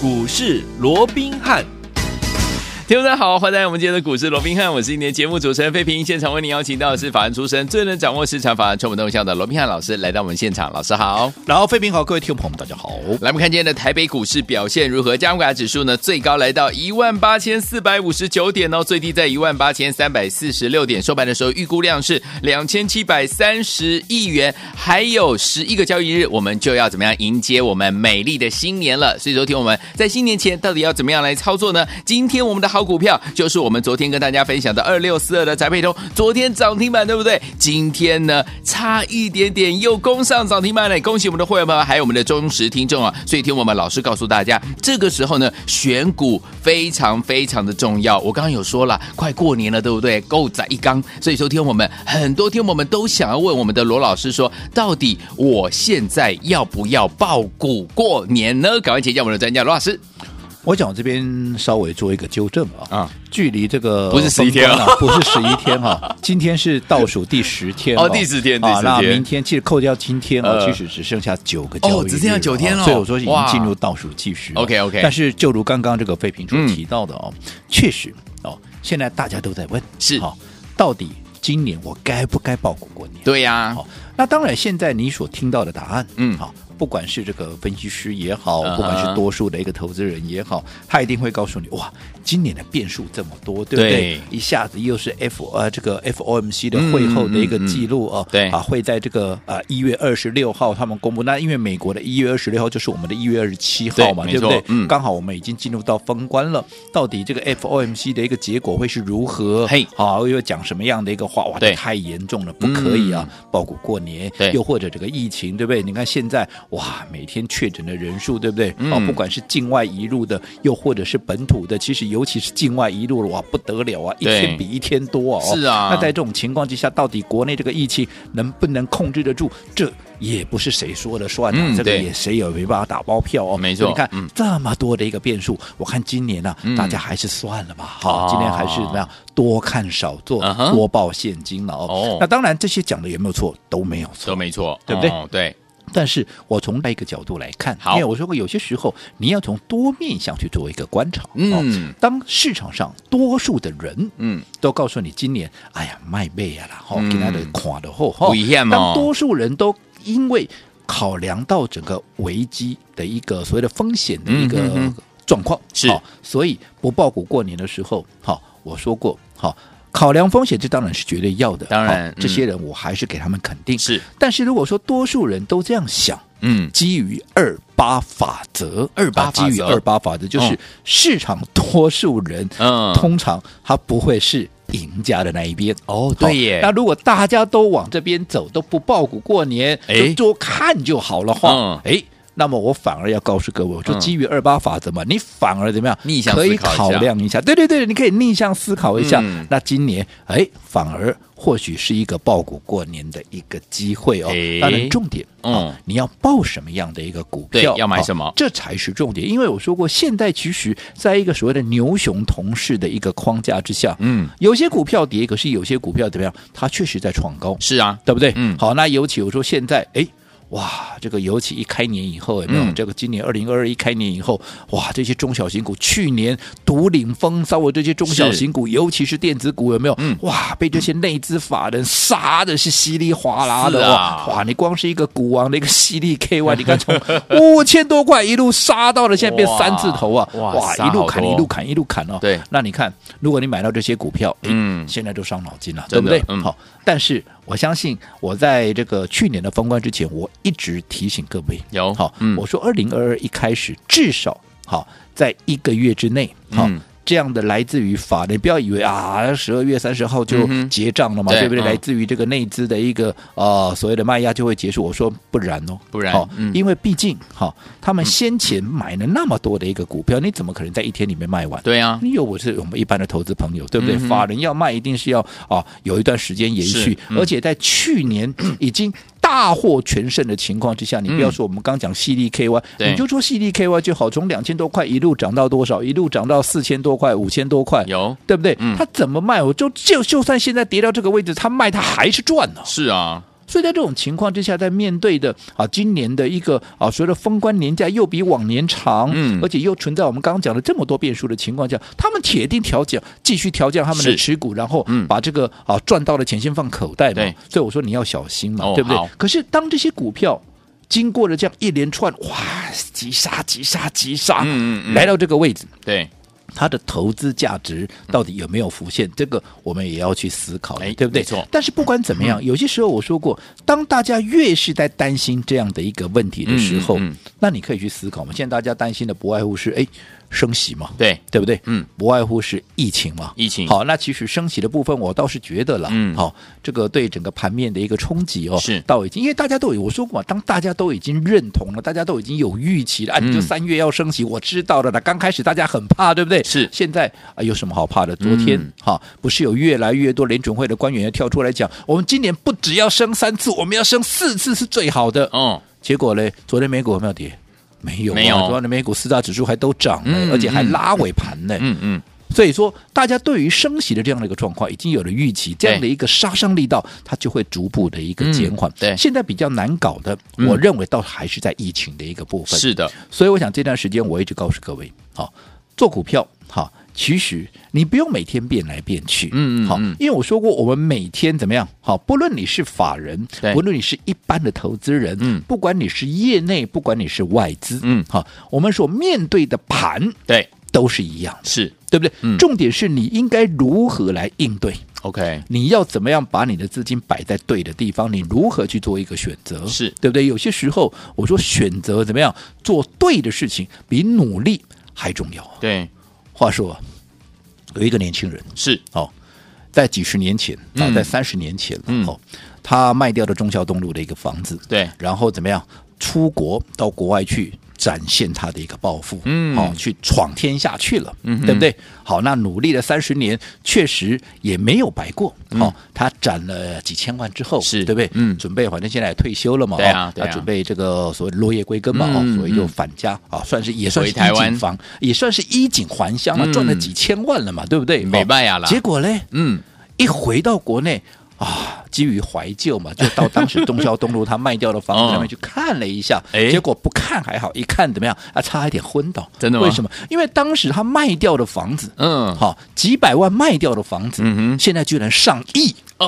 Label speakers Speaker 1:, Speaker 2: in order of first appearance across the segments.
Speaker 1: 股市罗宾汉。听众大家好，欢迎来到我们今天的股市罗宾汉，我是今天的节目主持人费平。现场为您邀请到的是法案出身、最能掌握市场法案传播动向的罗宾汉老师来到我们现场，老师好。
Speaker 2: 然后，费平好，各位听众朋友们，大家好。
Speaker 1: 来，我们看今天的台北股市表现如何？加权指数呢，最高来到一万八千四百五十九点哦，最低在一万八千三百四十六点。收盘的时候，预估量是两千七百三十亿元，还有十一个交易日，我们就要怎么样迎接我们美丽的新年了？所以，昨天我们在新年前到底要怎么样来操作呢？今天我们的好股票就是我们昨天跟大家分享的二六四二的宅配通，昨天涨停板对不对？今天呢，差一点点又攻上涨停板了，恭喜我们的会员朋友们，还有我们的忠实听众啊！所以听我们老师告诉大家，这个时候呢，选股非常非常的重要。我刚刚有说了，快过年了，对不对？够宰一缸，所以说听我们很多听我们都想要问我们的罗老师说，到底我现在要不要爆股过年呢？赶快请教我们的专家罗老师。
Speaker 2: 我想这边稍微做一个纠正啊，
Speaker 1: 啊
Speaker 2: 距离这个
Speaker 1: 不是11天啊
Speaker 2: 封关不是十一天哈、 今天是倒数第十天
Speaker 1: 哦第十天第
Speaker 2: 啊
Speaker 1: 十，天
Speaker 2: 那明天其实扣掉今天哦，
Speaker 1: 呃
Speaker 2: 其实只剩下九个交易日啊
Speaker 1: 哦只剩下九天了
Speaker 2: 所以我说已经
Speaker 1: 哇
Speaker 2: 进入倒数计时了。
Speaker 1: OK，OK 嗯
Speaker 2: 但是就如刚刚这个费平所提到的哦，确实哦，现在大家都在问
Speaker 1: 是
Speaker 2: 好、到底今年我该不该报股过年？
Speaker 1: 对呀、哦
Speaker 2: 好，那当然，现在你所听到的答案，
Speaker 1: 嗯
Speaker 2: 好，不管是这个分析师也好
Speaker 1: 嗯哼，
Speaker 2: 不管是多数的一个投资人也好，他一定会告诉你，哇，今年的变数这么多，对不对？
Speaker 1: 对嗯
Speaker 2: 一下子又是 F 呃这个 FOMC 的会后的一个记录哦，
Speaker 1: 对
Speaker 2: 啊，会在这个呃一月二十六号他们公布。那因为美国的一月二十六号就是我们的一月二十七号嘛，
Speaker 1: 对
Speaker 2: 对不
Speaker 1: 没
Speaker 2: 对
Speaker 1: 错？嗯
Speaker 2: 刚好我们已经进入到封关了，到底这个 FOMC 的一个结果会是如何？
Speaker 1: 嘿
Speaker 2: 好，又讲什么样的一个话？哇，
Speaker 1: 对嗯
Speaker 2: 这太严重了，不可以啊！包括过年，
Speaker 1: 对
Speaker 2: 又或者这个疫情，对不对？你看现在哇，每天确诊的人数，对不对？
Speaker 1: 嗯
Speaker 2: 哦，不管是境外移入的，又或者是本土的，其实尤其是境外移入了，哇，不得了啊，一
Speaker 1: 对
Speaker 2: 天比一天多哦。
Speaker 1: 是啊
Speaker 2: 那在这种情况之下，到底国内这个疫情能不能控制得住？这也不是谁说了算啊，
Speaker 1: 嗯
Speaker 2: 这个
Speaker 1: 对
Speaker 2: 也谁也没办法打包票哦。
Speaker 1: 没错
Speaker 2: 所以你看、
Speaker 1: 嗯
Speaker 2: 这么多的一个变数，我看今年呢、
Speaker 1: 嗯
Speaker 2: 大家还是算了吧。
Speaker 1: 哦
Speaker 2: 好，今年还是怎么样？多看少做
Speaker 1: 嗯哼
Speaker 2: 多报现金了
Speaker 1: 哦
Speaker 2: 哦。那当然，这些讲的有没有错？都没有错
Speaker 1: 都。没错，
Speaker 2: 对不对
Speaker 1: 哦对，
Speaker 2: 但是我从另一个角度来看，
Speaker 1: 好
Speaker 2: 因为我说过，有些时候你要从多面向去做一个观察。
Speaker 1: 嗯
Speaker 2: 哦当市场上多数的人，
Speaker 1: 嗯，
Speaker 2: 都告诉你今年，哎呀，卖妹啊啦，吼、
Speaker 1: 嗯
Speaker 2: 给他的垮的后，吼
Speaker 1: 危险哦
Speaker 2: 当多数人都因为考量到整个危机的一个所谓的风险的一个
Speaker 1: 嗯哼哼
Speaker 2: 状况，
Speaker 1: 是
Speaker 2: 好所以不报股过年的时候，好、我说过，好、考量风险，这当然是绝对要的。
Speaker 1: 当然
Speaker 2: 好
Speaker 1: 嗯
Speaker 2: 这些人我还是给他们肯定。
Speaker 1: 是，
Speaker 2: 但是如果说多数人都这样想，
Speaker 1: 嗯，
Speaker 2: 基于二八法则，二
Speaker 1: 八
Speaker 2: 基于
Speaker 1: 法则
Speaker 2: 二八法则就
Speaker 1: 嗯
Speaker 2: 是市场多数人，
Speaker 1: 嗯
Speaker 2: 通常他不会是赢家的那一边。哦
Speaker 1: 对耶
Speaker 2: 那如果大家都往这边走，都不报股过年，
Speaker 1: 哎
Speaker 2: 就多看就好了话，哎、那么我反而要告诉各位，我说
Speaker 1: 嗯
Speaker 2: 基于二八法则嘛，你反而怎么样？
Speaker 1: 逆向思考
Speaker 2: 可
Speaker 1: 一
Speaker 2: 以
Speaker 1: 下
Speaker 2: 考量一下，对对对，你可以逆向思考一下。
Speaker 1: 嗯
Speaker 2: 那今年哎，反而或许是一个报股过年的一个机会哦
Speaker 1: 哎。
Speaker 2: 当然，重点啊
Speaker 1: 嗯，
Speaker 2: 你要报什么样的一个股票，
Speaker 1: 对要买什么
Speaker 2: 啊这才是重点。因为我说过，现在其实在一个所谓的牛熊同市的一个框架之下，
Speaker 1: 嗯，
Speaker 2: 有些股票跌，可是有些股票怎么样，它确实在创高，
Speaker 1: 是啊，
Speaker 2: 对不对？
Speaker 1: 嗯
Speaker 2: 好，那尤其我说现在，哎。哇，这个尤其一开年以后有没有？
Speaker 1: 嗯
Speaker 2: 这个今年二零二二一开年以后，哇，这些中小型股去年独领风骚的这些中小型股，尤其是电子股有没有？
Speaker 1: 嗯
Speaker 2: 哇，被这些内资法人杀的是稀里哗啦
Speaker 1: 是
Speaker 2: 的、
Speaker 1: 啊
Speaker 2: 哇！哇，你光是一个股王的一个犀利 KY，你看从五千多块一路杀到了现在变三字头啊！
Speaker 1: 哇
Speaker 2: 哇，
Speaker 1: 杀
Speaker 2: 一路
Speaker 1: 好
Speaker 2: 砍
Speaker 1: 多
Speaker 2: 一路砍一路砍哦。
Speaker 1: 对
Speaker 2: 那你看，如果你买到这些股票，哎
Speaker 1: 嗯
Speaker 2: 现在都伤脑筋了，对
Speaker 1: 真
Speaker 2: 不
Speaker 1: 的
Speaker 2: 对？
Speaker 1: 嗯
Speaker 2: 好，哦但是我相信我在这个去年的封关之前，我一直提醒各位，
Speaker 1: 有
Speaker 2: 好，
Speaker 1: 嗯
Speaker 2: 我说二零二二一开始至少好在一个月之内，好。
Speaker 1: 嗯
Speaker 2: 这样的来自于法人，不要以为啊，十二月三十号就
Speaker 1: 嗯哼
Speaker 2: 结账了嘛，
Speaker 1: 对
Speaker 2: 对不对？
Speaker 1: 嗯
Speaker 2: 来自于这个内资的一个呃所谓的卖压就会结束。我说不然哦，
Speaker 1: 不然
Speaker 2: 好
Speaker 1: 嗯
Speaker 2: 因为毕竟哈，他们先前买了那么多的一个股票，你怎么可能在一天里面卖完？
Speaker 1: 对啊，
Speaker 2: 因为我是我们一般的投资朋友，对不对？
Speaker 1: 嗯哼
Speaker 2: 法人要卖，一定是要啊有一段时间延
Speaker 1: 是
Speaker 2: 续，
Speaker 1: 嗯
Speaker 2: 而且在去 年已经大获全胜的情况之下，你不要说我们刚讲 CDKY，、
Speaker 1: 嗯对
Speaker 2: 你就说 CDKY 就好，从两千多块一路涨到多少，一路涨到四千多块、五千多块，
Speaker 1: 有
Speaker 2: 对不对？
Speaker 1: 嗯
Speaker 2: 他怎么卖？我就就就算现在跌到这个位置，他卖他还是赚呢、
Speaker 1: 是啊，
Speaker 2: 所以在这种情况之下，在面对的啊今年的一个啊所谓的封关年假又比往年长，
Speaker 1: 嗯
Speaker 2: 而且又存在我们刚刚讲的这么多变数的情况下，他们铁定调降，继续调降他们的
Speaker 1: 是
Speaker 2: 持股，然后
Speaker 1: 嗯
Speaker 2: 把这个啊赚到的钱先放口袋嘛
Speaker 1: 对。
Speaker 2: 所以我说你要小心嘛，
Speaker 1: 哦
Speaker 2: 对不对
Speaker 1: 好？
Speaker 2: 可是当这些股票。经过了这样一连串哇，急杀急杀急杀，
Speaker 1: 嗯嗯嗯
Speaker 2: 啊来到这个位置，
Speaker 1: 对，
Speaker 2: 它的投资价值到底有没有浮现？这个我们也要去思考，
Speaker 1: 哎
Speaker 2: 对不对
Speaker 1: 没错？嗯
Speaker 2: 但是不管怎么样，有些时候我说过，当大家越是在担心这样的一个问题的时候，
Speaker 1: 嗯嗯嗯
Speaker 2: 那你可以去思考嘛。现在大家担心的不外乎是哎升息嘛，
Speaker 1: 对，
Speaker 2: 对不对？
Speaker 1: 嗯，
Speaker 2: 不外乎是疫情嘛。
Speaker 1: 疫情
Speaker 2: 好，那其实升息的部分，我倒是觉得啦，
Speaker 1: 嗯
Speaker 2: 好，这个对整个盘面的一个冲击哦，
Speaker 1: 是
Speaker 2: 到已经，因为大家都有我说过嘛，当大家都已经认同了，大家都已经有预期了，啊，你就
Speaker 1: 嗯
Speaker 2: 三月要升息，我知道了啦。刚开始大家很怕，对不对？
Speaker 1: 是
Speaker 2: 现在啊，有什么好怕的？昨天
Speaker 1: 嗯
Speaker 2: 哈、不是有越来越多联准会的官员要跳出来讲，我们今年不只要升三次，我们要升四次是最好的。
Speaker 1: 哦，
Speaker 2: 结果嘞，昨天美股有没有跌？没有、啊，
Speaker 1: 没有
Speaker 2: 昨天的美股四大指数还都涨、呢，
Speaker 1: 嗯
Speaker 2: 而且还拉尾盘呢、
Speaker 1: 嗯嗯，
Speaker 2: 所以说，大家对于升息的这样的一个状况已经有了预期，这样的一个杀伤力道，它就会逐步的一个减缓。
Speaker 1: 嗯对
Speaker 2: 现在比较难搞的，
Speaker 1: 嗯
Speaker 2: 我认为倒还是在疫情的一个部分。，
Speaker 1: 是的，
Speaker 2: 所以我想这段时间我一直告诉各位，好、做股票，好、其实你不用每天变来变去，
Speaker 1: 嗯嗯
Speaker 2: 好
Speaker 1: 嗯，
Speaker 2: 因为我说过，我们每天怎么样，好，不论你是法人
Speaker 1: 对，
Speaker 2: 不论你是一般的投资人，
Speaker 1: 嗯
Speaker 2: 不管你是业内，不管你是外资，
Speaker 1: 嗯
Speaker 2: 好，我们所面对的盘
Speaker 1: 对，
Speaker 2: 都是一样的。
Speaker 1: 是
Speaker 2: 对不对？
Speaker 1: 嗯
Speaker 2: 重点是你应该如何来应对，
Speaker 1: OK，
Speaker 2: 你要怎么样把你的资金摆在对的地方，你如何去做一个选择，
Speaker 1: 是
Speaker 2: 对不对？有些时候我说选择怎么样做对的事情，比努力还重要啊。
Speaker 1: 对，
Speaker 2: 话说啊，有一个年轻人
Speaker 1: 是，
Speaker 2: 哦，在几十年前，啊，
Speaker 1: 嗯
Speaker 2: 在三十年前了、
Speaker 1: 嗯
Speaker 2: 哦，他卖掉了忠孝东路的一个房子，
Speaker 1: 对，
Speaker 2: 然后怎么样出国到国外去展现他的一个抱负，
Speaker 1: 嗯
Speaker 2: 哦，去闯天下去了，嗯，对不对？好，那努力了三十年，确实也没有白过，哦，他攒了几千万之后，
Speaker 1: 嗯是
Speaker 2: 对不对？
Speaker 1: 嗯
Speaker 2: 准备反正现在也退休了嘛，
Speaker 1: 对啊
Speaker 2: 哦
Speaker 1: 对啊
Speaker 2: 他准备这个所谓落叶归根嘛，
Speaker 1: 嗯
Speaker 2: 哦，所以就返家啊、算是也算是衣
Speaker 1: 回台湾
Speaker 2: 锦房，也算是衣锦还乡了、
Speaker 1: 嗯
Speaker 2: 赚了几千万了嘛，对不对？
Speaker 1: 没办法啦
Speaker 2: 结果嘞，
Speaker 1: 嗯，
Speaker 2: 一回到国内啊，基于怀旧嘛，就到当时忠孝东路他卖掉的房子上面去看了一下，
Speaker 1: 哦哎
Speaker 2: 结果不看还好，一看怎么样啊，差一点昏倒。
Speaker 1: 真的吗
Speaker 2: 为什么？因为当时他卖掉的房子，
Speaker 1: 嗯
Speaker 2: 好、几百万卖掉的房子，
Speaker 1: 嗯哼
Speaker 2: 现在居然上亿。
Speaker 1: 哎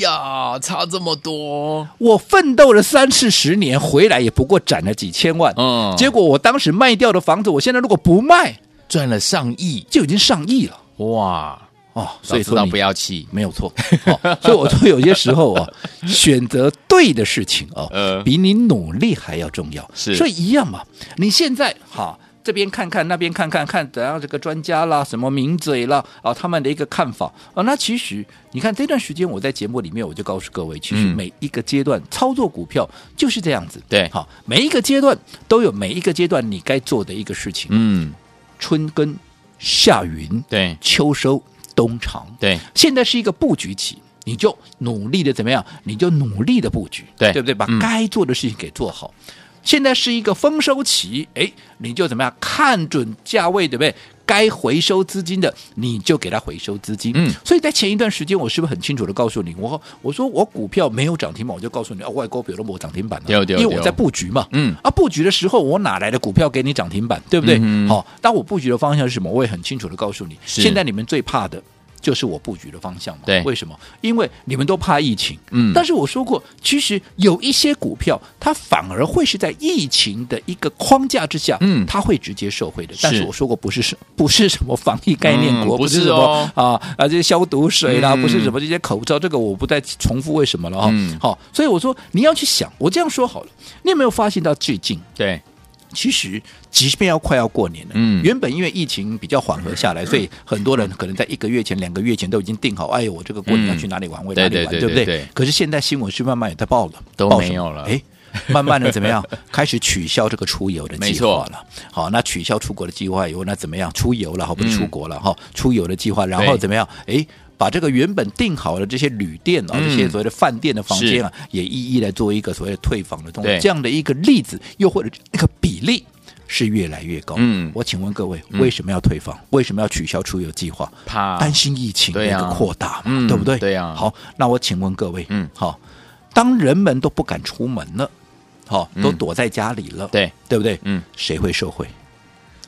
Speaker 1: 呀，差这么多，
Speaker 2: 我奋斗了三四十年，回来也不过攒了几千万。
Speaker 1: 嗯
Speaker 2: 结果我当时卖掉的房子，我现在如果不卖，
Speaker 1: 赚了上亿，
Speaker 2: 就已经上亿了
Speaker 1: 哇！
Speaker 2: 哦。
Speaker 1: 所
Speaker 2: 所
Speaker 1: 以
Speaker 2: 以
Speaker 1: 知
Speaker 2: 说
Speaker 1: 道
Speaker 2: 你
Speaker 1: 不要气，
Speaker 2: 没有错、哦， 所以我说有些时候啊，选择对的事情哦，
Speaker 1: 呃
Speaker 2: 比你努力还要重要。
Speaker 1: 是
Speaker 2: 所以一样嘛。你现在哈这边看看，那边看看，看怎样这个专家啦，什么名嘴啦啊，他们的一个看法啊。那其实你看这段时间我在节目里面我就告诉各位，其实
Speaker 1: 嗯
Speaker 2: 每一个阶段操作股票就是这样子。
Speaker 1: 对
Speaker 2: 好，每一个阶段都有每一个阶段你该做的一个事情。
Speaker 1: 嗯，
Speaker 2: 春耕、夏耘、
Speaker 1: 对
Speaker 2: 秋收、冬藏。
Speaker 1: 对，
Speaker 2: 现在是一个布局期，你就努力的怎么样？你就努力的布局，
Speaker 1: 对
Speaker 2: 对不对？把
Speaker 1: 嗯
Speaker 2: 该做的事情给做好。现在是一个丰收期，哎，你就怎么样？看准价位，对不对？该回收资金的，你就给它回收资金。
Speaker 1: 嗯，
Speaker 2: 所以在前一段时间，我是不是很清楚的告诉你，我我说我股票没有涨停板，我就告诉你，哦，外国比如我涨停板了，啊
Speaker 1: 对对对
Speaker 2: 因为我在布局嘛。
Speaker 1: 嗯
Speaker 2: 啊，布局的时候我哪来的股票给你涨停板，对不对？好、
Speaker 1: 嗯哼
Speaker 2: 当我布局的方向是什么？我也很清楚的告诉你，
Speaker 1: 是
Speaker 2: 现在你们最怕的。就是我布局的方向嘛？
Speaker 1: 对
Speaker 2: 为什么？因为你们都怕疫情，
Speaker 1: 嗯
Speaker 2: 但是我说过，其实有一些股票，它反而会是在疫情的一个框架之下，
Speaker 1: 嗯
Speaker 2: 它会直接受惠的。但是
Speaker 1: 是
Speaker 2: 我说过，不是什 不是什么防疫概念股，
Speaker 1: 嗯不是
Speaker 2: 什么
Speaker 1: 哦
Speaker 2: 啊啊这些消毒水啦，
Speaker 1: 嗯
Speaker 2: 不是什么这些口罩，这个我不再重复为什么了哈、
Speaker 1: 嗯
Speaker 2: 好，所以我说你要去想，我这样说好了，你有没有发现到最近
Speaker 1: 对，
Speaker 2: 其实，即便要快要过年了，
Speaker 1: 嗯
Speaker 2: 原本因为疫情比较缓和下来，所以很多人可能在一个月前、两个月前都已经定好，哎呦，我这个过年要去哪里玩，我哪里
Speaker 1: 对对
Speaker 2: 玩，
Speaker 1: 嗯对
Speaker 2: 不对？
Speaker 1: 对对
Speaker 2: 可是现在新闻是慢慢也在报了，
Speaker 1: 都
Speaker 2: 报什么
Speaker 1: 没有了
Speaker 2: 哎。慢慢的怎 么样？开始取消这个出游的
Speaker 1: 没
Speaker 2: 计
Speaker 1: 错
Speaker 2: 划了。好，那取消出国的计划以后，那怎么样？出游了，好，不是出国了哈、出游的计划，然后
Speaker 1: 嗯对
Speaker 2: 怎么样？哎，把这个原本定好的这些旅店啊、这些
Speaker 1: 嗯
Speaker 2: 所谓的饭店的房间啊，也一一来做一个所谓的退房的动作
Speaker 1: 对。
Speaker 2: 这样的一个例子，又或者那个比例。是越来越高。
Speaker 1: 嗯
Speaker 2: 我请问各位，为什么要退房？为什么要取消出游计划？
Speaker 1: 怕
Speaker 2: 担心疫情的
Speaker 1: 对
Speaker 2: 一
Speaker 1: 呀
Speaker 2: 个扩大嘛，
Speaker 1: 嗯
Speaker 2: 不对？
Speaker 1: 对呀
Speaker 2: 好，那我请问各位，
Speaker 1: 嗯
Speaker 2: 好，当人们都不敢出门了，好、都躲在家里了，
Speaker 1: 嗯对
Speaker 2: 对不对？
Speaker 1: 嗯，
Speaker 2: 谁会受贿？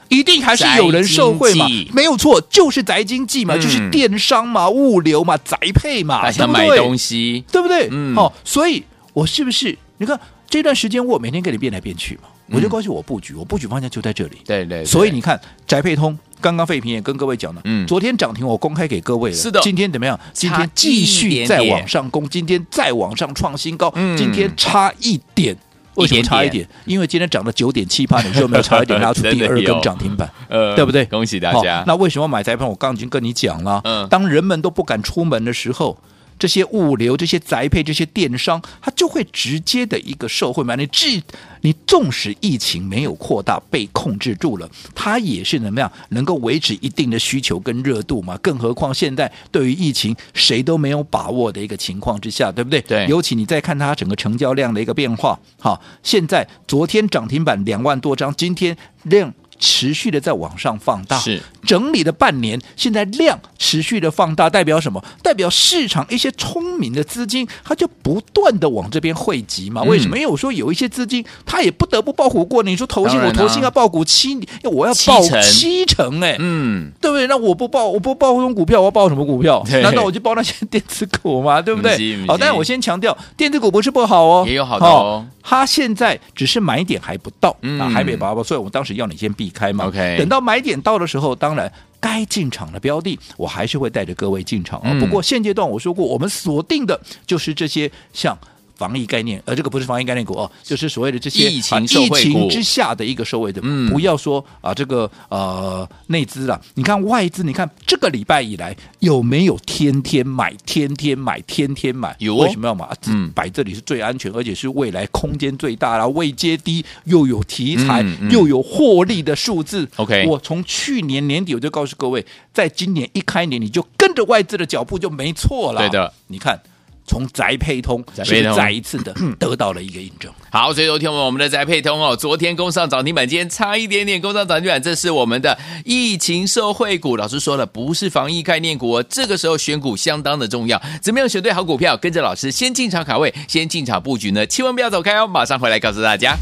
Speaker 2: 一定还是有人受贿嘛
Speaker 1: 宅经济？
Speaker 2: 没有错，就是宅经济嘛，
Speaker 1: 嗯
Speaker 2: 就是电商嘛、物流嘛、宅配嘛，
Speaker 1: 大家
Speaker 2: 啊对不
Speaker 1: 买
Speaker 2: 对？
Speaker 1: 东西，
Speaker 2: 对不对？
Speaker 1: 嗯
Speaker 2: 哦，所以我是不是你看这段时间我每天跟你变来变去嘛，我就告诉我布局，我布局方向就在这里。
Speaker 1: 嗯对对对
Speaker 2: 所以你看宅配通。刚刚费平也跟各位讲了，
Speaker 1: 嗯
Speaker 2: 昨天涨停我公开给各位了，
Speaker 1: 是的
Speaker 2: 今天怎么样？今
Speaker 1: 差
Speaker 2: 天继
Speaker 1: 一
Speaker 2: 续
Speaker 1: 点
Speaker 2: 再
Speaker 1: 点
Speaker 2: 往上攻，今天再往上创新高，
Speaker 1: 嗯
Speaker 2: 今天差一点，为什么差一
Speaker 1: 一点
Speaker 2: 点？因为今天涨了九点七八，你说有没有差一点 拉出
Speaker 1: 真
Speaker 2: 第
Speaker 1: 的
Speaker 2: 二
Speaker 1: 有
Speaker 2: 根涨停板？
Speaker 1: 呃
Speaker 2: 对不对？
Speaker 1: 恭喜大家
Speaker 2: 好，那为什么买宅配？我刚刚已经跟你讲了，
Speaker 1: 嗯
Speaker 2: 当人们都不敢出门的时候。这些物流、这些宅配、这些电商，它就会直接的一个受惠嘛。你至你纵使疫情没有扩大、被控制住了，它也是怎么样能够维持一定的需求跟热度嘛？更何况现在对于疫情谁都没有把握的一个情况之下，对不对？
Speaker 1: 对
Speaker 2: 尤其你再看它整个成交量的一个变化，好，现在昨天涨停板两万多张，今天量持续的在往上放大，
Speaker 1: 是
Speaker 2: 整理了半年，现在量持续的放大，代表什么？代表市场一些聪明的资金，它就不断的往这边汇集嘛。
Speaker 1: 嗯
Speaker 2: 为什么？因为我说有一些资金，它也不得不爆股过你说投信，
Speaker 1: 当然
Speaker 2: 我
Speaker 1: 啊
Speaker 2: 投信要爆股七，我要
Speaker 1: 七
Speaker 2: 爆
Speaker 1: 成
Speaker 2: 七成哎、
Speaker 1: 嗯，
Speaker 2: 对不对？那我不报，我不报这种股票，我要报什么股票？
Speaker 1: 对
Speaker 2: 难道我就报那些电子股 吗？对不
Speaker 1: 不
Speaker 2: 对
Speaker 1: 是？不
Speaker 2: 好、
Speaker 1: 是
Speaker 2: 但是我先强调，电子股不是不好哦，
Speaker 1: 也有好的哦
Speaker 2: 它现在只是买点还不到，
Speaker 1: 嗯
Speaker 2: 啊，还没把握，所以我们当时要你先避开嘛。
Speaker 1: OK
Speaker 2: 等到买点到的时候，当然。该进场的标的，我还是会带着各位进场啊、
Speaker 1: 嗯
Speaker 2: 不过现阶段我说过，我们锁定的就是这些像防疫概念，呃，这个不是防疫概念股哦，就是所谓的这些
Speaker 1: 疫情
Speaker 2: 啊
Speaker 1: 受惠
Speaker 2: 疫
Speaker 1: 股
Speaker 2: 情之下的一个收尾的，
Speaker 1: 嗯
Speaker 2: 不要说啊这个呃内资啦，你看外资，你看这个礼拜以来有没有天天买，天天买，天天买？
Speaker 1: 有哦
Speaker 2: 为什么要买？啊这
Speaker 1: 嗯
Speaker 2: 摆这里是最安全，而且是未来空间最大啦，位阶低，又有题材，
Speaker 1: 嗯嗯
Speaker 2: 又有获利的数字。
Speaker 1: OK
Speaker 2: 我从去年年底我就告诉各位，在今年一开年你就跟着外资的脚步就没错了。
Speaker 1: 对的，
Speaker 2: 你看。从宅配通
Speaker 1: 宅
Speaker 2: 是
Speaker 1: 配通
Speaker 2: 再一次 的得到了一个印证。
Speaker 1: 好，所以昨天我们的宅配通哦，昨天攻上涨停板，今天差一点点攻上涨停板，这是我们的疫情受惠股。老师说了，不是防疫概念股、哦，这个时候选股相当的重要。怎么样选对好股票？跟着老师先进场卡位，先进场布局呢？千万不要走开哦，马上回来告诉大家。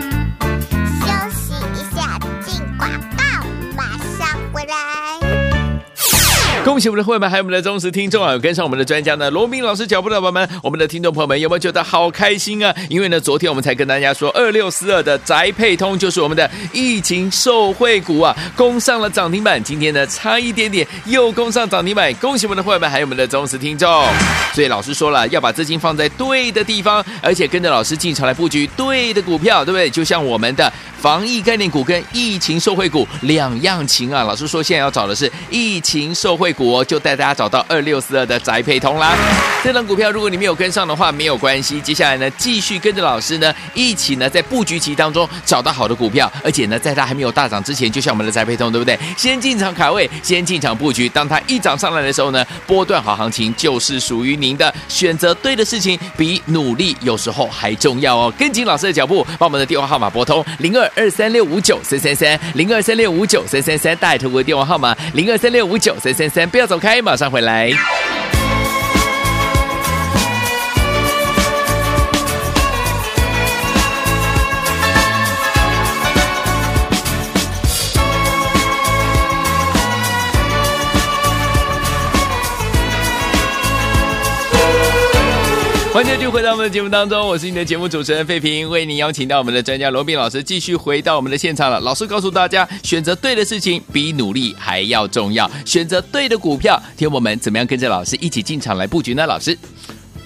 Speaker 3: 休息一下，进广告，马上回来。
Speaker 1: 恭喜我们的会员，还有我们的忠实听众啊！有跟上我们的专家呢，罗明老师脚步的宝宝们，我们的听众朋友们有没有觉得好开心啊？因为呢，昨天我们才跟大家说，二六四二的宅配通就是我们的疫情受惠股啊，攻上了涨停板。今天呢，差一点点又攻上涨停板，恭喜我们的会员们，还有我们的忠实听众。所以老师说了，要把资金放在对的地方，而且呃跟着老师进场来布局对的股票，对不对？就像我们的防疫概念股跟疫情受惠股两样情啊。老师说现在要找的是疫情受惠股哦，就带大家找到二六四二的宅配通啦。这档股票如果你没有跟上的话，没有关系，接下来呢继续跟着老师呢一起呢在布局期当中找到好的股票，而且呢在它还没有大涨之前，就像我们的宅配通，对不对？先进场卡位，先进场布局，当它一涨上来的时候呢，波段好行情就是属于您的，选择对的事情比努力有时候还重要哦。跟紧老师的脚步，把我们的电话号码拨通零二二三六五九三三三零二三六五九三三三，带头的电话号码零二三六五九三三三，不要走开，马上回来。欢迎继续回到我们的节目当中，我是你的节目主持人费平，为您邀请到我们的专家罗斌老师继续回到我们的现场了。老师告诉大家，选择对的事情比努力还要重要，选择对的股票，听我们怎么样跟着老师一起进场来布局呢？老师，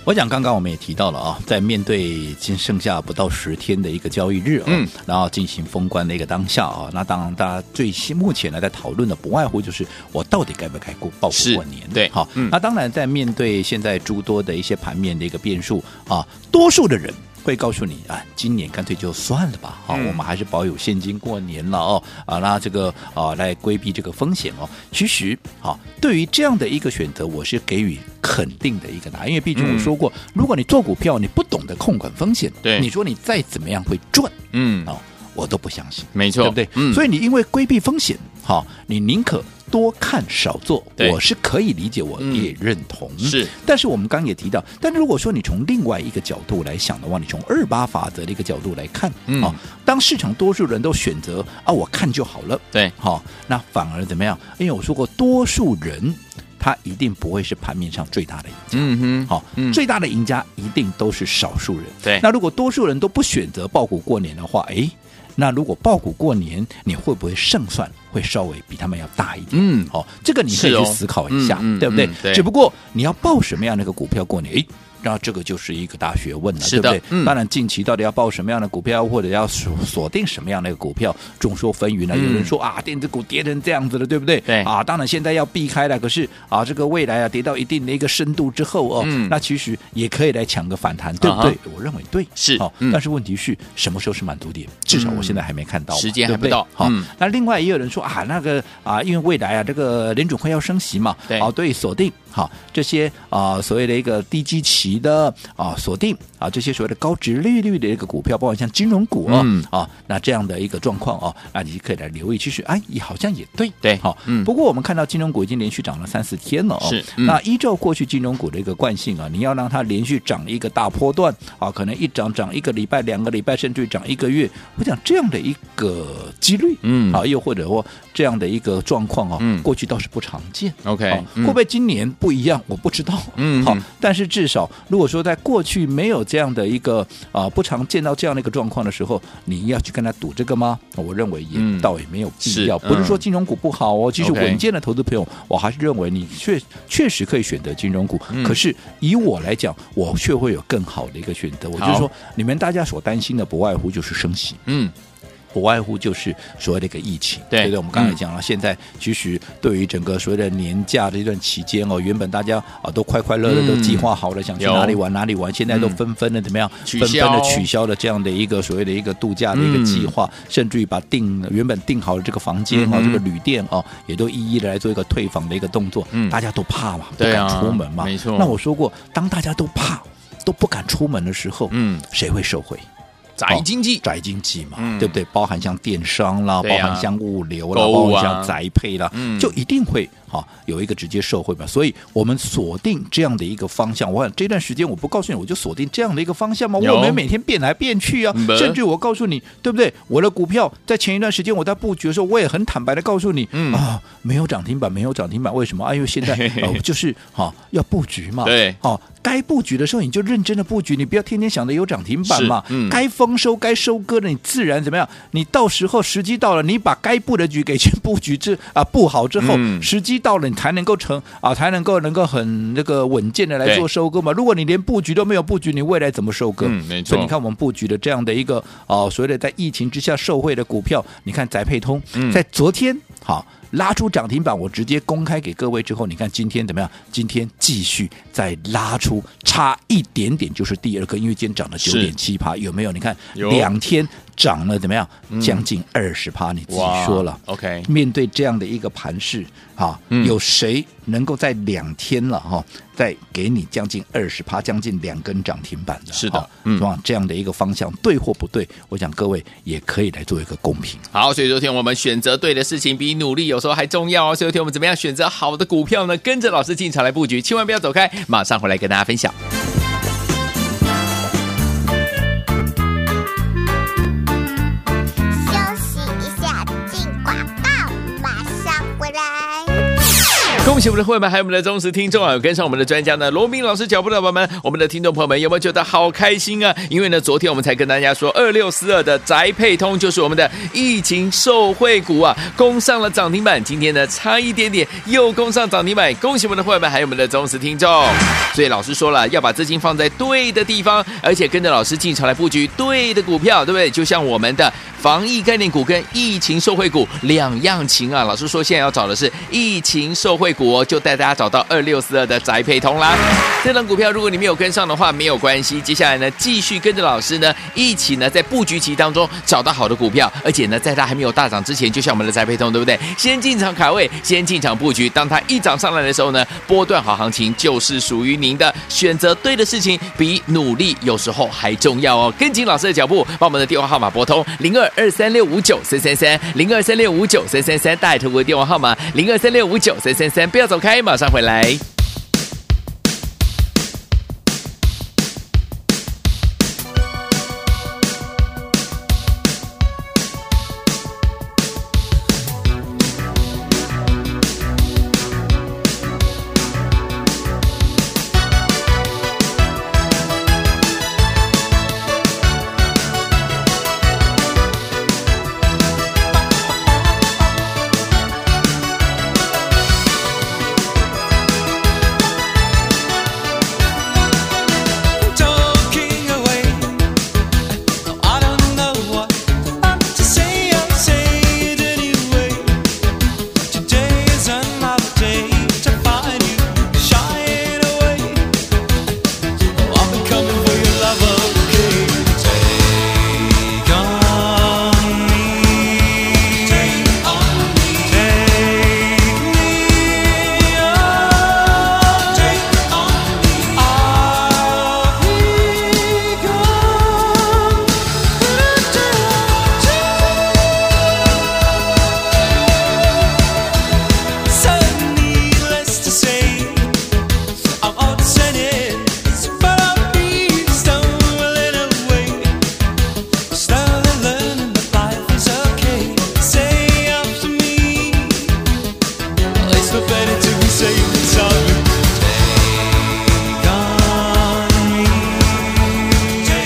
Speaker 2: 我想刚刚我们也提到了啊，在面对仅剩下不到十天的一个交易日啊，
Speaker 1: 嗯
Speaker 2: 然后进行封关的一个当下啊，那当然大家最新目前呢在讨论的不外乎就是我到底该不该过报股
Speaker 1: 是
Speaker 2: 过年？
Speaker 1: 对
Speaker 2: 好，
Speaker 1: 嗯
Speaker 2: 那当然在面对现在诸多的一些盘面的一个变数啊，多数的人。会告诉你啊，今年干脆就算了吧，好、
Speaker 1: 嗯
Speaker 2: 我们还是保有现金过年了哦，啊，那这个啊来规避这个风险哦。其实，好、对于这样的一个选择，我是给予肯定的一个答案，因为毕竟我
Speaker 1: 嗯
Speaker 2: 说过，如果你做股票，你不懂得控管风险，
Speaker 1: 对
Speaker 2: 你说你再怎么样会赚
Speaker 1: 嗯
Speaker 2: 哦，我都不相信。
Speaker 1: 没错嗯
Speaker 2: 对不对？所
Speaker 1: 以
Speaker 2: 以你因为规避风险，好、你宁可多看少做，
Speaker 1: 对
Speaker 2: 我是可以理解，我
Speaker 1: 嗯
Speaker 2: 也认同。
Speaker 1: 是，
Speaker 2: 但是我们刚刚也提到，但如果说你从另外一个角度来想的话，你从二八法则的一个角度来看，
Speaker 1: 嗯
Speaker 2: 哦，当市场多数人都选择啊，我看就好了，
Speaker 1: 对，
Speaker 2: 好、那反而怎么样？因为我说过，多数人他一定不会是盘面上最大的赢家。
Speaker 1: 嗯哼，
Speaker 2: 好、
Speaker 1: 嗯
Speaker 2: 最大的赢家一定都是少数人。
Speaker 1: 对
Speaker 2: 那如果多数人都不选择爆股过年的话，诶，那如果爆股过年，你会不会胜算会稍微比他们要大一点？
Speaker 1: 嗯
Speaker 2: 好、这个你可
Speaker 1: 是
Speaker 2: 以
Speaker 1: 哦
Speaker 2: 去思考一下，
Speaker 1: 嗯嗯
Speaker 2: 对不对、
Speaker 1: 嗯对
Speaker 2: 只不过你要报什么样的一个股票过年，诶，那这个就是一个大学问了，
Speaker 1: 是的
Speaker 2: 对不对、
Speaker 1: 嗯
Speaker 2: 当然，近期到底要报什么样的股票，或者要锁锁定什么样的一个股票，众说纷纭了。有
Speaker 1: 嗯
Speaker 2: 人说啊，电子股跌成这样子了，对不对？
Speaker 1: 对
Speaker 2: 啊，当然现在要避开了。可是啊，这个未来啊，跌到一定的一个深度之后哦，
Speaker 1: 嗯
Speaker 2: 那其实也可以来抢个反弹，对不
Speaker 1: 啊哈
Speaker 2: 对？我认为对，
Speaker 1: 是
Speaker 2: 好、
Speaker 1: 嗯
Speaker 2: 但是问题是什么时候是满足点？至少我现在还没看到嘛，
Speaker 1: 时间还
Speaker 2: 对对
Speaker 1: 不到
Speaker 2: 好、
Speaker 1: 嗯
Speaker 2: 那另外也有人说啊，那个啊，因为未来啊，这个联准会要升息嘛，
Speaker 1: 对
Speaker 2: 啊，对，锁定好、这些啊所谓的一个低基期的啊锁定啊这些所谓的高值利率的一个股票，包括像金融股哦、
Speaker 1: 嗯
Speaker 2: 啊，那这样的一个状况哦，那你可以来留意。其实哎，也好像也对，
Speaker 1: 对
Speaker 2: 好、
Speaker 1: 嗯
Speaker 2: 不过我们看到金融股已经连续涨了三四天了哦，
Speaker 1: 是嗯
Speaker 2: 那依照过去金融股的一个惯性啊，你要让它连续涨一个大波段啊，可能一涨涨一个礼拜、两个礼拜，甚至于涨一个月，我想这样的一个几率，
Speaker 1: 嗯
Speaker 2: 啊，又或者说这样的一个状况哦，
Speaker 1: 嗯
Speaker 2: 过去倒是不常见。
Speaker 1: OK，
Speaker 2: 好
Speaker 1: 嗯
Speaker 2: 会不会今年不一样？我不知道。
Speaker 1: 嗯
Speaker 2: 好
Speaker 1: 嗯，
Speaker 2: 但是至少如果说在过去没有这样的一个啊、不常见到这样的一个状况的时候，你要去跟他赌这个吗？我认为也、
Speaker 1: 嗯
Speaker 2: 倒也没有
Speaker 1: 是
Speaker 2: 必要。不是
Speaker 1: 嗯
Speaker 2: 说金融股不好哦，其实
Speaker 1: OK
Speaker 2: 稳健的投资朋友，我还是认为你确确实可以选择金融股。
Speaker 1: 嗯
Speaker 2: 可是以我来讲，我却会有更好的一个选择。我就是
Speaker 1: 好
Speaker 2: 说，你们大家所担心的不外乎就是升息。
Speaker 1: 嗯，
Speaker 2: 不外乎就是所谓的一个疫情，
Speaker 1: 对
Speaker 2: 不对？我们刚才
Speaker 1: 嗯
Speaker 2: 讲了，现在其实对于整个所谓的年假这段期间哦，原本大家啊都快快乐乐
Speaker 1: 嗯
Speaker 2: 都计划好了，想去
Speaker 1: 有
Speaker 2: 哪里玩哪里玩，现在都
Speaker 1: 嗯
Speaker 2: 纷纷的怎么样？
Speaker 1: 取
Speaker 2: 纷纷
Speaker 1: 消
Speaker 2: 的取消了这样的一个所谓的一个度假的一个计划，甚至于把订呃原本订好的这个房间哦
Speaker 1: 嗯嗯，哼
Speaker 2: 这个旅店哦，也都一一的来做一个退房的一个动作
Speaker 1: 嗯，
Speaker 2: 大家都怕嘛，不
Speaker 1: 对啊
Speaker 2: 敢出门嘛，
Speaker 1: 没错
Speaker 2: 那我说过，当大家都怕。都不敢出门的时候，
Speaker 1: 嗯，
Speaker 2: 谁会受惠？
Speaker 1: 宅经济，
Speaker 2: 宅经济嘛，
Speaker 1: 嗯
Speaker 2: 对不对？包含像电商啦，
Speaker 1: 对啊
Speaker 2: 包含像物流啦，
Speaker 1: 购
Speaker 2: 包
Speaker 1: 物啊
Speaker 2: 含像宅配啦，
Speaker 1: 嗯
Speaker 2: 就一定会哈、有一个直接受惠嘛。所以我们锁定这样的一个方向。我想这段时间我不告诉你，我就锁定这样的一个方向嘛。
Speaker 1: 有
Speaker 2: 我们每天变来变去啊
Speaker 1: 嗯，
Speaker 2: 甚至我告诉你，对不对？我的股票在前一段时间我在布局的时候，我也很坦白的告诉你，
Speaker 1: 嗯
Speaker 2: 啊，没有涨停板，没有涨停板，为什么？哎呦， 现在呃就是哈、要布局嘛，
Speaker 1: 对
Speaker 2: 哦，该布局的时候你就认真的布局，你不要天天想着有涨停板
Speaker 1: 是
Speaker 2: 嘛，
Speaker 1: 嗯
Speaker 2: 该丰收该收割的，你自然怎么样？你到时候时机到了，你把该布的局给去布局之啊布好之后，
Speaker 1: 嗯
Speaker 2: 时机到了，你才能够成啊，才能够能够很那个稳健的来
Speaker 1: 对
Speaker 2: 做收割嘛。如果你连布局都没有布局，你未来怎么收割？
Speaker 1: 嗯没错
Speaker 2: 所以你看我们布局的这样的一个哦、所谓的在疫情之下受惠的股票，你看宅配通、
Speaker 1: 嗯
Speaker 2: 在昨天好。拉出涨停板，我直接公开给各位之后，你看今天怎么样？今天继续再拉出，差一点点就是第二个，因为今天涨了九
Speaker 1: 是
Speaker 2: 点七趴，有没有？你看
Speaker 1: 有
Speaker 2: 两天涨了怎么样？将近二十趴，你自己说了。
Speaker 1: ，OK，
Speaker 2: 面对这样的一个盘势啊，
Speaker 1: 嗯
Speaker 2: 有谁能够在两天了哈、再给你将近二十趴，将近两根涨停板的？
Speaker 1: 是的
Speaker 2: 哈
Speaker 1: 嗯
Speaker 2: 往这样的一个方向对或不对，我想各位也可以来做一个公平。
Speaker 1: 好，所以昨天我们选择对的事情比努力有时候还重要哦。所以昨天我们怎么样选择好的股票呢？跟着老师进场来布局，千万不要走开，马上回来跟大家分享。
Speaker 3: 休息一下，进广告，马上回来。
Speaker 1: 恭喜我们的会员们，还有我们的忠实听众啊，有跟上我们的专家呢，罗明老师脚步的宝宝们，我们的听众朋友们有没有觉得好开心啊？因为呢，昨天我们才跟大家说，二六四二的宅配通就是我们的疫情受惠股啊，攻上了涨停板，今天呢差一点点又攻上涨停板，恭喜我们的会员们，还有我们的忠实听众。所以老师说了，要把资金放在对的地方，而且跟着老师进场来布局对的股票，对不对？就像我们的防疫概念股跟疫情受惠股两样情啊，老师说现在要找的是疫情受惠股哦。股哦，就带大家找到二六四二的宅配通啦。这档股票如果你没有跟上的话，没有关系，接下来呢，继续跟着老师呢一起呢在布局期当中找到好的股票，而且呢，在它还没有大涨之前，就像我们的宅配通，对不对？先进场卡位，先进场布局，当它一涨上来的时候呢，波段好行情就是属于您的，选择对的事情比努力有时候还重要哦。跟紧老师的脚步，把我们的电话号码拨通零二二三六五九三三三零二三六五九三三三，大头的电话号码零二三六五九三三三，不要走开，马上回来。
Speaker 4: Talking away, I don't know what to say. I'll say it anyway. Today is another day to find you shying away. I'll be coming for your love, okay? Take on me, take on me, take me on, take on me. Better to be safe than sorry. Take on me.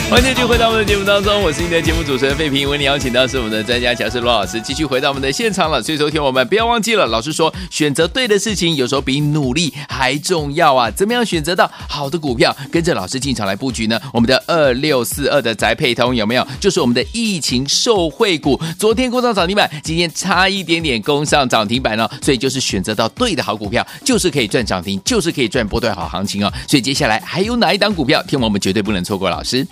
Speaker 1: 欢迎继续回到我们的节目当中，我是你的节目主持人费平，为你邀请到是我们的专家乔氏罗老师，继续回到我们的现场了。所以昨天我们不要忘记了，老师说选择对的事情有时候比努力还重要啊！怎么样选择到好的股票，跟着老师进场来布局呢？我们的二六四二的宅配通有没有？就是我们的疫情受惠股，昨天攻上涨停板，今天差一点点攻上涨停板了、所以就是选择到对的好股票，就是可以赚涨停，就是可以赚波段好行情哦。所以接下来还有哪一档股票，天王们绝对不能错过，老师。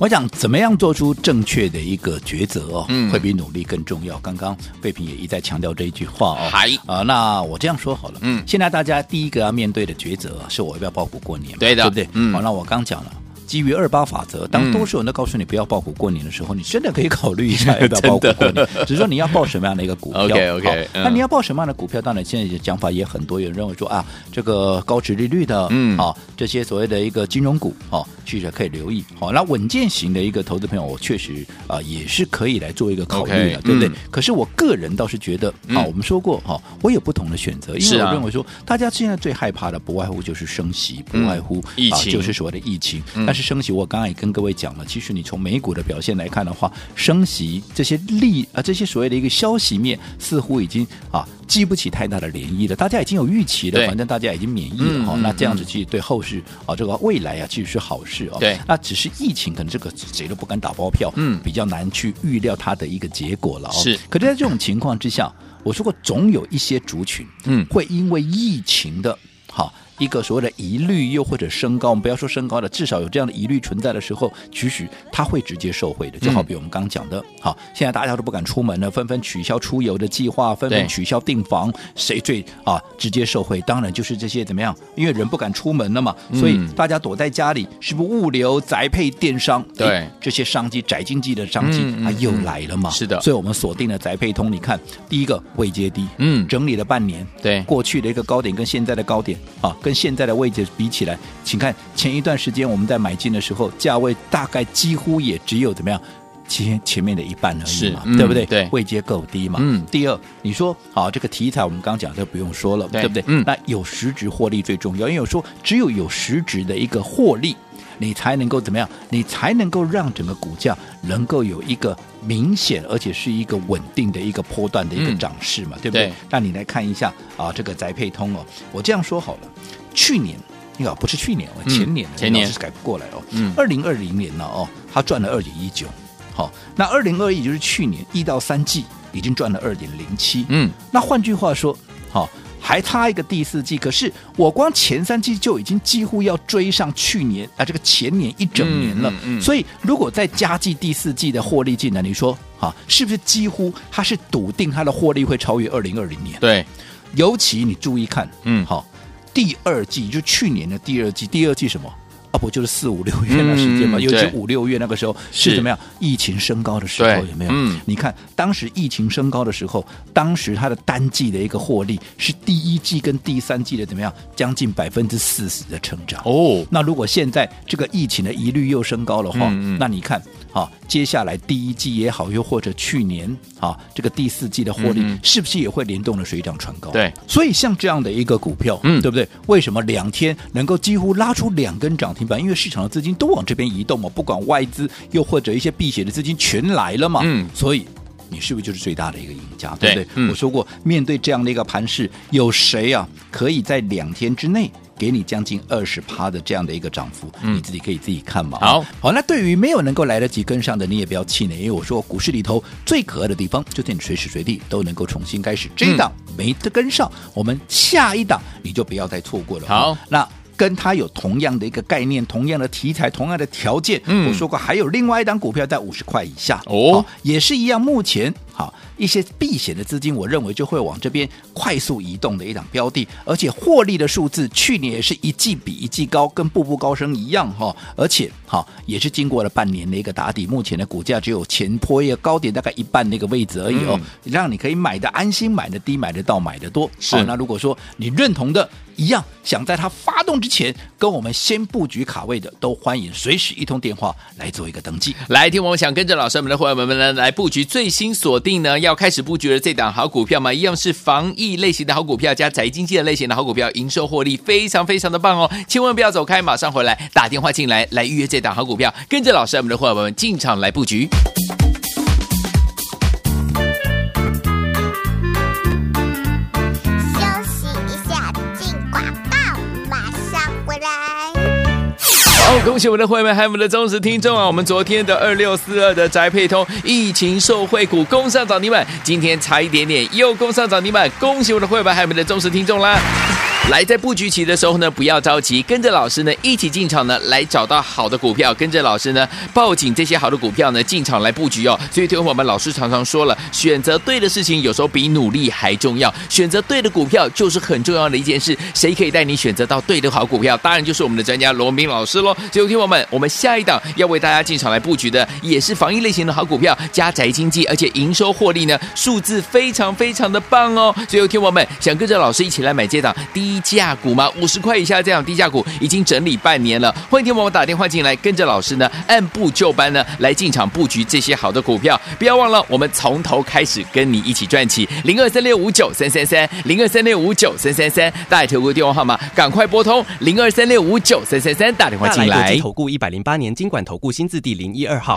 Speaker 2: 我想怎么样做出正确的一个抉择哦，
Speaker 1: 嗯
Speaker 2: 会比努力更重要。刚刚费平也一再强调这一句话哦。
Speaker 1: 嗨
Speaker 2: 啊、那我这样说好了，
Speaker 1: 嗯
Speaker 2: 现在大家第一个要面对的抉择、啊、是我要不要报股过年嘛，
Speaker 1: 对的
Speaker 2: 对不对？
Speaker 1: 嗯
Speaker 2: 好，那我刚讲了。基于二八法则，当
Speaker 1: 嗯
Speaker 2: 多数人都告诉你不要报股过年的时候，你真的可以考虑一下要不要报股过年。只是说你要报什么样的一个股票
Speaker 1: OK，OK，
Speaker 2: 好
Speaker 1: 嗯
Speaker 2: 那你要报什么样的股票？当然，现在的讲法也很多，有人认为说啊，这个高值利率的，
Speaker 1: 嗯
Speaker 2: 啊，这些所谓的一个金融股，哦，其实可以留意。啊好、那稳健型的一个投资朋友，我确实啊、也是可以来做一个考虑的
Speaker 1: OK，
Speaker 2: 对不对？
Speaker 1: 嗯
Speaker 2: 可是我个人倒是觉得，啊，
Speaker 1: 嗯
Speaker 2: 我们说过，哈、我有不同的选择，因
Speaker 1: 是
Speaker 2: 为
Speaker 1: 啊
Speaker 2: 我认为说，大家现在最害怕的不外乎就是升息，不
Speaker 1: 嗯
Speaker 2: 外乎、
Speaker 1: 疫
Speaker 2: 啊，
Speaker 1: 情
Speaker 2: 就是所谓的疫情。
Speaker 1: 嗯
Speaker 2: 但是升息，我刚刚也跟各位讲了，其实你从美股的表现来看的话，升息这些利啊，这些所谓的一个消息面，似乎已经啊激不起太大的涟漪了，大家已经有预期了
Speaker 1: 对，
Speaker 2: 反正大家已经免疫了
Speaker 1: 嗯
Speaker 2: 哈、
Speaker 1: 嗯
Speaker 2: 那这样子其实对后市啊，这个未来啊，其实是好事哦。
Speaker 1: 对
Speaker 2: 那只是疫情，可能这个谁都不敢打包票，
Speaker 1: 嗯
Speaker 2: 比较难去预料它的一个结果了哦。
Speaker 1: 是
Speaker 2: 可是在这种情况之下，我说过，总有一些族群，
Speaker 1: 嗯
Speaker 2: 会因为疫情的，好。一个所谓的疑虑，又或者升高，我们不要说升高了，至少有这样的疑虑存在的时候，其实它会直接受
Speaker 1: 嗯
Speaker 2: 惠的。就好比我们刚刚讲的，好，现在大家都不敢出门了，纷纷取消出游的计划，纷
Speaker 1: 对
Speaker 2: 纷取消订房，谁最啊直接受惠？当然就是这些怎么样？因为人不敢出门了嘛，所以
Speaker 1: 嗯
Speaker 2: 大家躲在家里，是不是物流、宅配、电商，
Speaker 1: 对
Speaker 2: 哎这些商机、宅经济的商机
Speaker 1: 嗯嗯
Speaker 2: 啊又
Speaker 1: 嗯
Speaker 2: 来了嘛？
Speaker 1: 是的
Speaker 2: 所以我们锁定了宅配通，你看第一个未接低，
Speaker 1: 嗯
Speaker 2: 整理了半年，
Speaker 1: 对
Speaker 2: 过去的一个高点跟现在的高点啊，跟现在的位置比起来，请看前一段时间我们在买进的时候，价位大概几乎也只有怎么样？前前面的一半而已
Speaker 1: 是
Speaker 2: 嘛，
Speaker 1: 嗯
Speaker 2: 对不对？
Speaker 1: 对
Speaker 2: 位阶够低嘛。
Speaker 1: 嗯
Speaker 2: 第二，你说好这个题材，我们刚刚讲就不用说了，
Speaker 1: 对
Speaker 2: 不对？
Speaker 1: 嗯
Speaker 2: 那有实质获利最重要，因为我说只有有实质的一个获利，你才能够怎么样？你才能够让整个股价能够有一个明显而且是一个稳定的一个波段的一个
Speaker 1: 嗯
Speaker 2: 涨势嘛，对不对
Speaker 1: 对？
Speaker 2: 那你来看一下啊，这个宅配通哦，我这样说好了，去年。那个不是去年，哦
Speaker 1: 嗯
Speaker 2: 前年了，
Speaker 1: 前年
Speaker 2: 老是改不过来哦。
Speaker 1: 嗯
Speaker 2: 二零二零年了哦，他赚了二点一九。好，那二零二一就是去年一到三季已经赚了二点零七。
Speaker 1: 嗯，
Speaker 2: 那换句话说，好、还差一个第四季。可是我光前三季就已经几乎要追上去年啊，这个前年一整年了。
Speaker 1: 嗯嗯嗯
Speaker 2: 所以如果再加计第四季的获利进来，你说啊，是不是几乎它是笃定它的获利会超越二零二零年？
Speaker 1: 对，
Speaker 2: 尤其你注意看，
Speaker 1: 嗯
Speaker 2: 好，第二季就去年的第二季，第二季什么？啊，不就是四五六月那时间嘛，
Speaker 1: 嗯
Speaker 2: 尤其
Speaker 1: 对
Speaker 2: 五六月那个时候
Speaker 1: 是
Speaker 2: 是怎么样？疫情升高的时候
Speaker 1: 对
Speaker 2: 有没有？
Speaker 1: 嗯
Speaker 2: 你看当时疫情升高的时候，当时它的单季的一个获利是第一季跟第三季的怎么样？将近百分之四十的成长。
Speaker 1: 哦，
Speaker 2: 那如果现在这个疫情的疑虑又升高的话，
Speaker 1: 嗯嗯
Speaker 2: 那你看啊，接下来第一季也好，又或者去年啊这个第四季的获利，
Speaker 1: 嗯嗯
Speaker 2: 是不是也会联动的水涨船高？
Speaker 1: 对，
Speaker 2: 所以像这样的一个股票，
Speaker 1: 嗯
Speaker 2: 对不对？为什么两天能够几乎拉出两根涨停板？因为市场的资金都往这边移动嘛，不管外资又或者一些避险的资金全来了嘛，
Speaker 1: 嗯
Speaker 2: 所以。你是不是就是最大的一个赢家，
Speaker 1: 对
Speaker 2: 对不对？
Speaker 1: 嗯
Speaker 2: 我说过，面对这样的一个盘势，有谁啊可以在两天之内给你将近二十趴的这样的一个涨幅？
Speaker 1: 嗯
Speaker 2: 你自己可以自己看嘛。
Speaker 1: 好
Speaker 2: 好，那对于没有能够来得及跟上的，你也不要气馁，因为我说股市里头最可爱的地方，就是你随时随地都能够重新开始。
Speaker 1: 嗯
Speaker 2: 这一档没得跟上，我们下一档你就不要再错过了。
Speaker 1: 好
Speaker 2: 那。跟它有同样的一个概念、同样的题材、同样的条件，
Speaker 1: 嗯
Speaker 2: 我说过，还有另外一档股票在五十块以下
Speaker 1: 哦
Speaker 2: 好也是一样。目前好一些避险的资金，我认为就会往这边快速移动的一档标的，而且获利的数字去年也是一季比一季高，跟步步高升一样哈、而且好也是经过了半年的一个打底，目前的股价只有前坡一个高点大概一半那个位置而已哦，让你可以买的安心，买的低，买的到，买的多。
Speaker 1: 是
Speaker 2: 好那如果说你认同的，一样想在它发动之前跟我们先布局卡位的，都欢迎随时一通电话来做一个登记。
Speaker 1: 来，听我想跟着老师我们的伙伴们呢来布局最新锁定呢要开始布局的这档好股票嘛，一样是防疫类型的好股票加宅经济的类型的好股票，营收获利非常非常的棒哦，千万不要走开，马上回来打电话进来来预约这档好股票，跟着老师我们的伙伴们进场来布局。
Speaker 3: 休息一下，进广告，马上回来。
Speaker 1: 好，恭喜我们的会员，还有我们的忠实听众啊！我们昨天的二六四二的宅配通疫情受惠股攻上涨停板，今天差一点点又攻上涨停板，恭喜我们的会员，还有我们的忠实听众啦！来，在布局期的时候呢，不要着急，跟着老师呢一起进场呢，来找到好的股票，跟着老师呢抱紧这些好的股票呢进场来布局哦。所以，听我们老师常常说了，选择对的事情有时候比努力还重要，选择对的股票就是很重要的一件事。谁可以带你选择到对的好股票？当然就是我们的专家罗明老师喽。所以，听我们，我们下一档要为大家进场来布局的也是防疫类型的好股票，加宅经济，而且营收获利呢数字非常非常的棒哦。所以，有听我们想跟着老师一起来买这档低价股吗？五十块以下这档低价股已经整理半年了，欢迎听我们打电话进来，跟着老师呢按部就班呢来进场布局这些好的股票。不要忘了，我们从头开始跟你一起赚起，零二三六五九三三三，零二三六五九三三三，大家投过电话号码，赶快拨通零二三六五九三三三打电话
Speaker 5: 大
Speaker 1: 进
Speaker 5: 来国
Speaker 1: 来
Speaker 5: 际。投顾一百零八年经管投顾新字第零一二号。